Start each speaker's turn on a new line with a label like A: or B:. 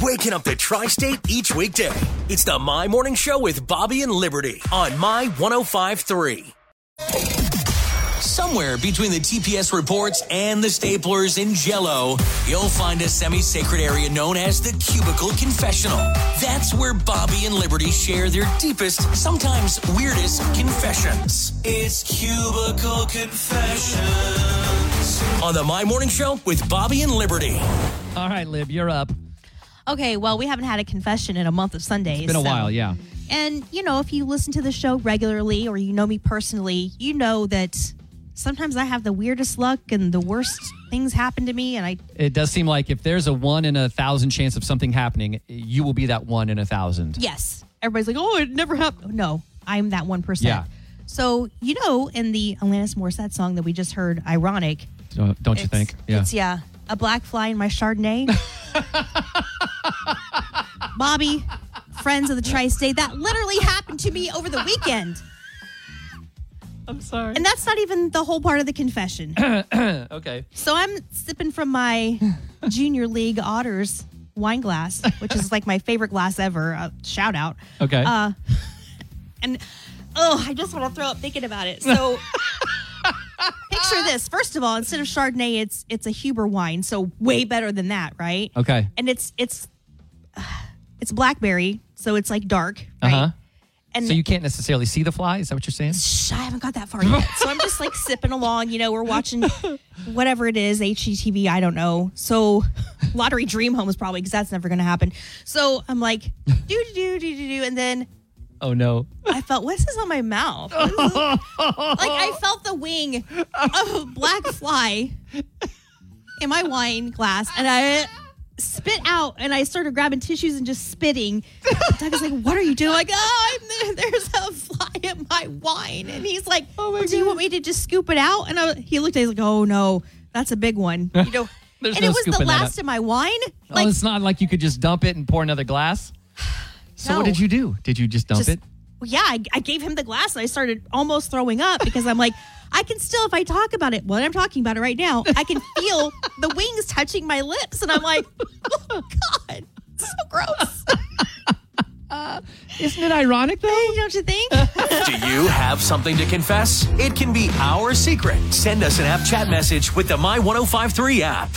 A: waking up the tri state each weekday. It's the My Morning Show with Bobby and Liberty on My 1053.
B: Somewhere between the TPS reports and the staplers in Jello, you'll find a semi-sacred area known as the Cubicle Confessional. That's where Bobby and Liberty share their deepest, sometimes weirdest confessions. It's Cubicle Confessions on the My Morning Show with Bobby and Liberty.
C: All right, Lib, you're up.
D: Okay, well, we haven't had a confession in a month of Sundays.
C: Been a
D: so-
C: while, yeah.
D: And, you know, if you listen to the show regularly or you know me personally, you know that sometimes I have the weirdest luck and the worst things happen to me. And I,
C: It does seem like if there's a one in a thousand chance of something happening, you will be that one in a thousand.
D: yes, everybody's like, oh, it never happened. No, I'm that 1%.
C: Yeah.
D: So, you know, in the Alanis Morissette song that we just heard, Ironic,
C: Don't, don't you think?
D: It's- It's, yeah. A black fly in my Chardonnay. Bobby, friends of the tri state, that literally happened to me over the weekend.
C: I'm sorry.
D: And that's not even the whole part of the confession.
C: Okay.
D: so I'm sipping from my junior league otters wine glass, which is like my favorite glass ever. Uh, shout out.
C: Okay.
D: Uh, and oh, I just want to throw up thinking about it. So picture this. First of all, instead of Chardonnay, it's it's a Huber wine, so way better than that, right?
C: okay.
D: And it's it's it's blackberry, so it's like dark,
C: Uh
D: right?
C: huh.
D: And
C: So you can't necessarily see the fly. Is that what you're saying?
D: Shh, I haven't got that far yet. So I'm just like sipping along. You know, we're watching whatever it is, HGTV, I don't know. So Lottery Dream Homes probably, because that's never going to happen. So I'm like, do, do, do, do, do, do. And then
C: Oh no.
D: I felt, what's this on my mouth? What is this? like I felt the wing of a black fly in my wine glass. And I spit out and I started grabbing tissues and just spitting. Doug is like, what are you doing? I'm like, oh, I'm there. there's a fly in my wine. And he's like, oh do you want me to just scoop it out? And I, he looked at it, he's like, oh no, that's a big one. You know,
C: There's
D: and
C: no
D: it was the
C: scooping that
D: last
C: up.
D: of my wine.
C: oh,
D: Like,
C: it's not like you could just dump it and pour another glass. So what
D: No.
C: did you do? Did you just dump
D: just
C: it?
D: yeah I, I gave him the glass and i started almost throwing up because i'm like i can still if i talk about it what i'm talking about it right now i can feel the wings touching my lips and i'm like oh god so gross
C: Isn't it ironic though?
D: don't you think
B: Do you have something to confess? oh
A: It can be our secret. Send us an app chat message with the My 1053 app.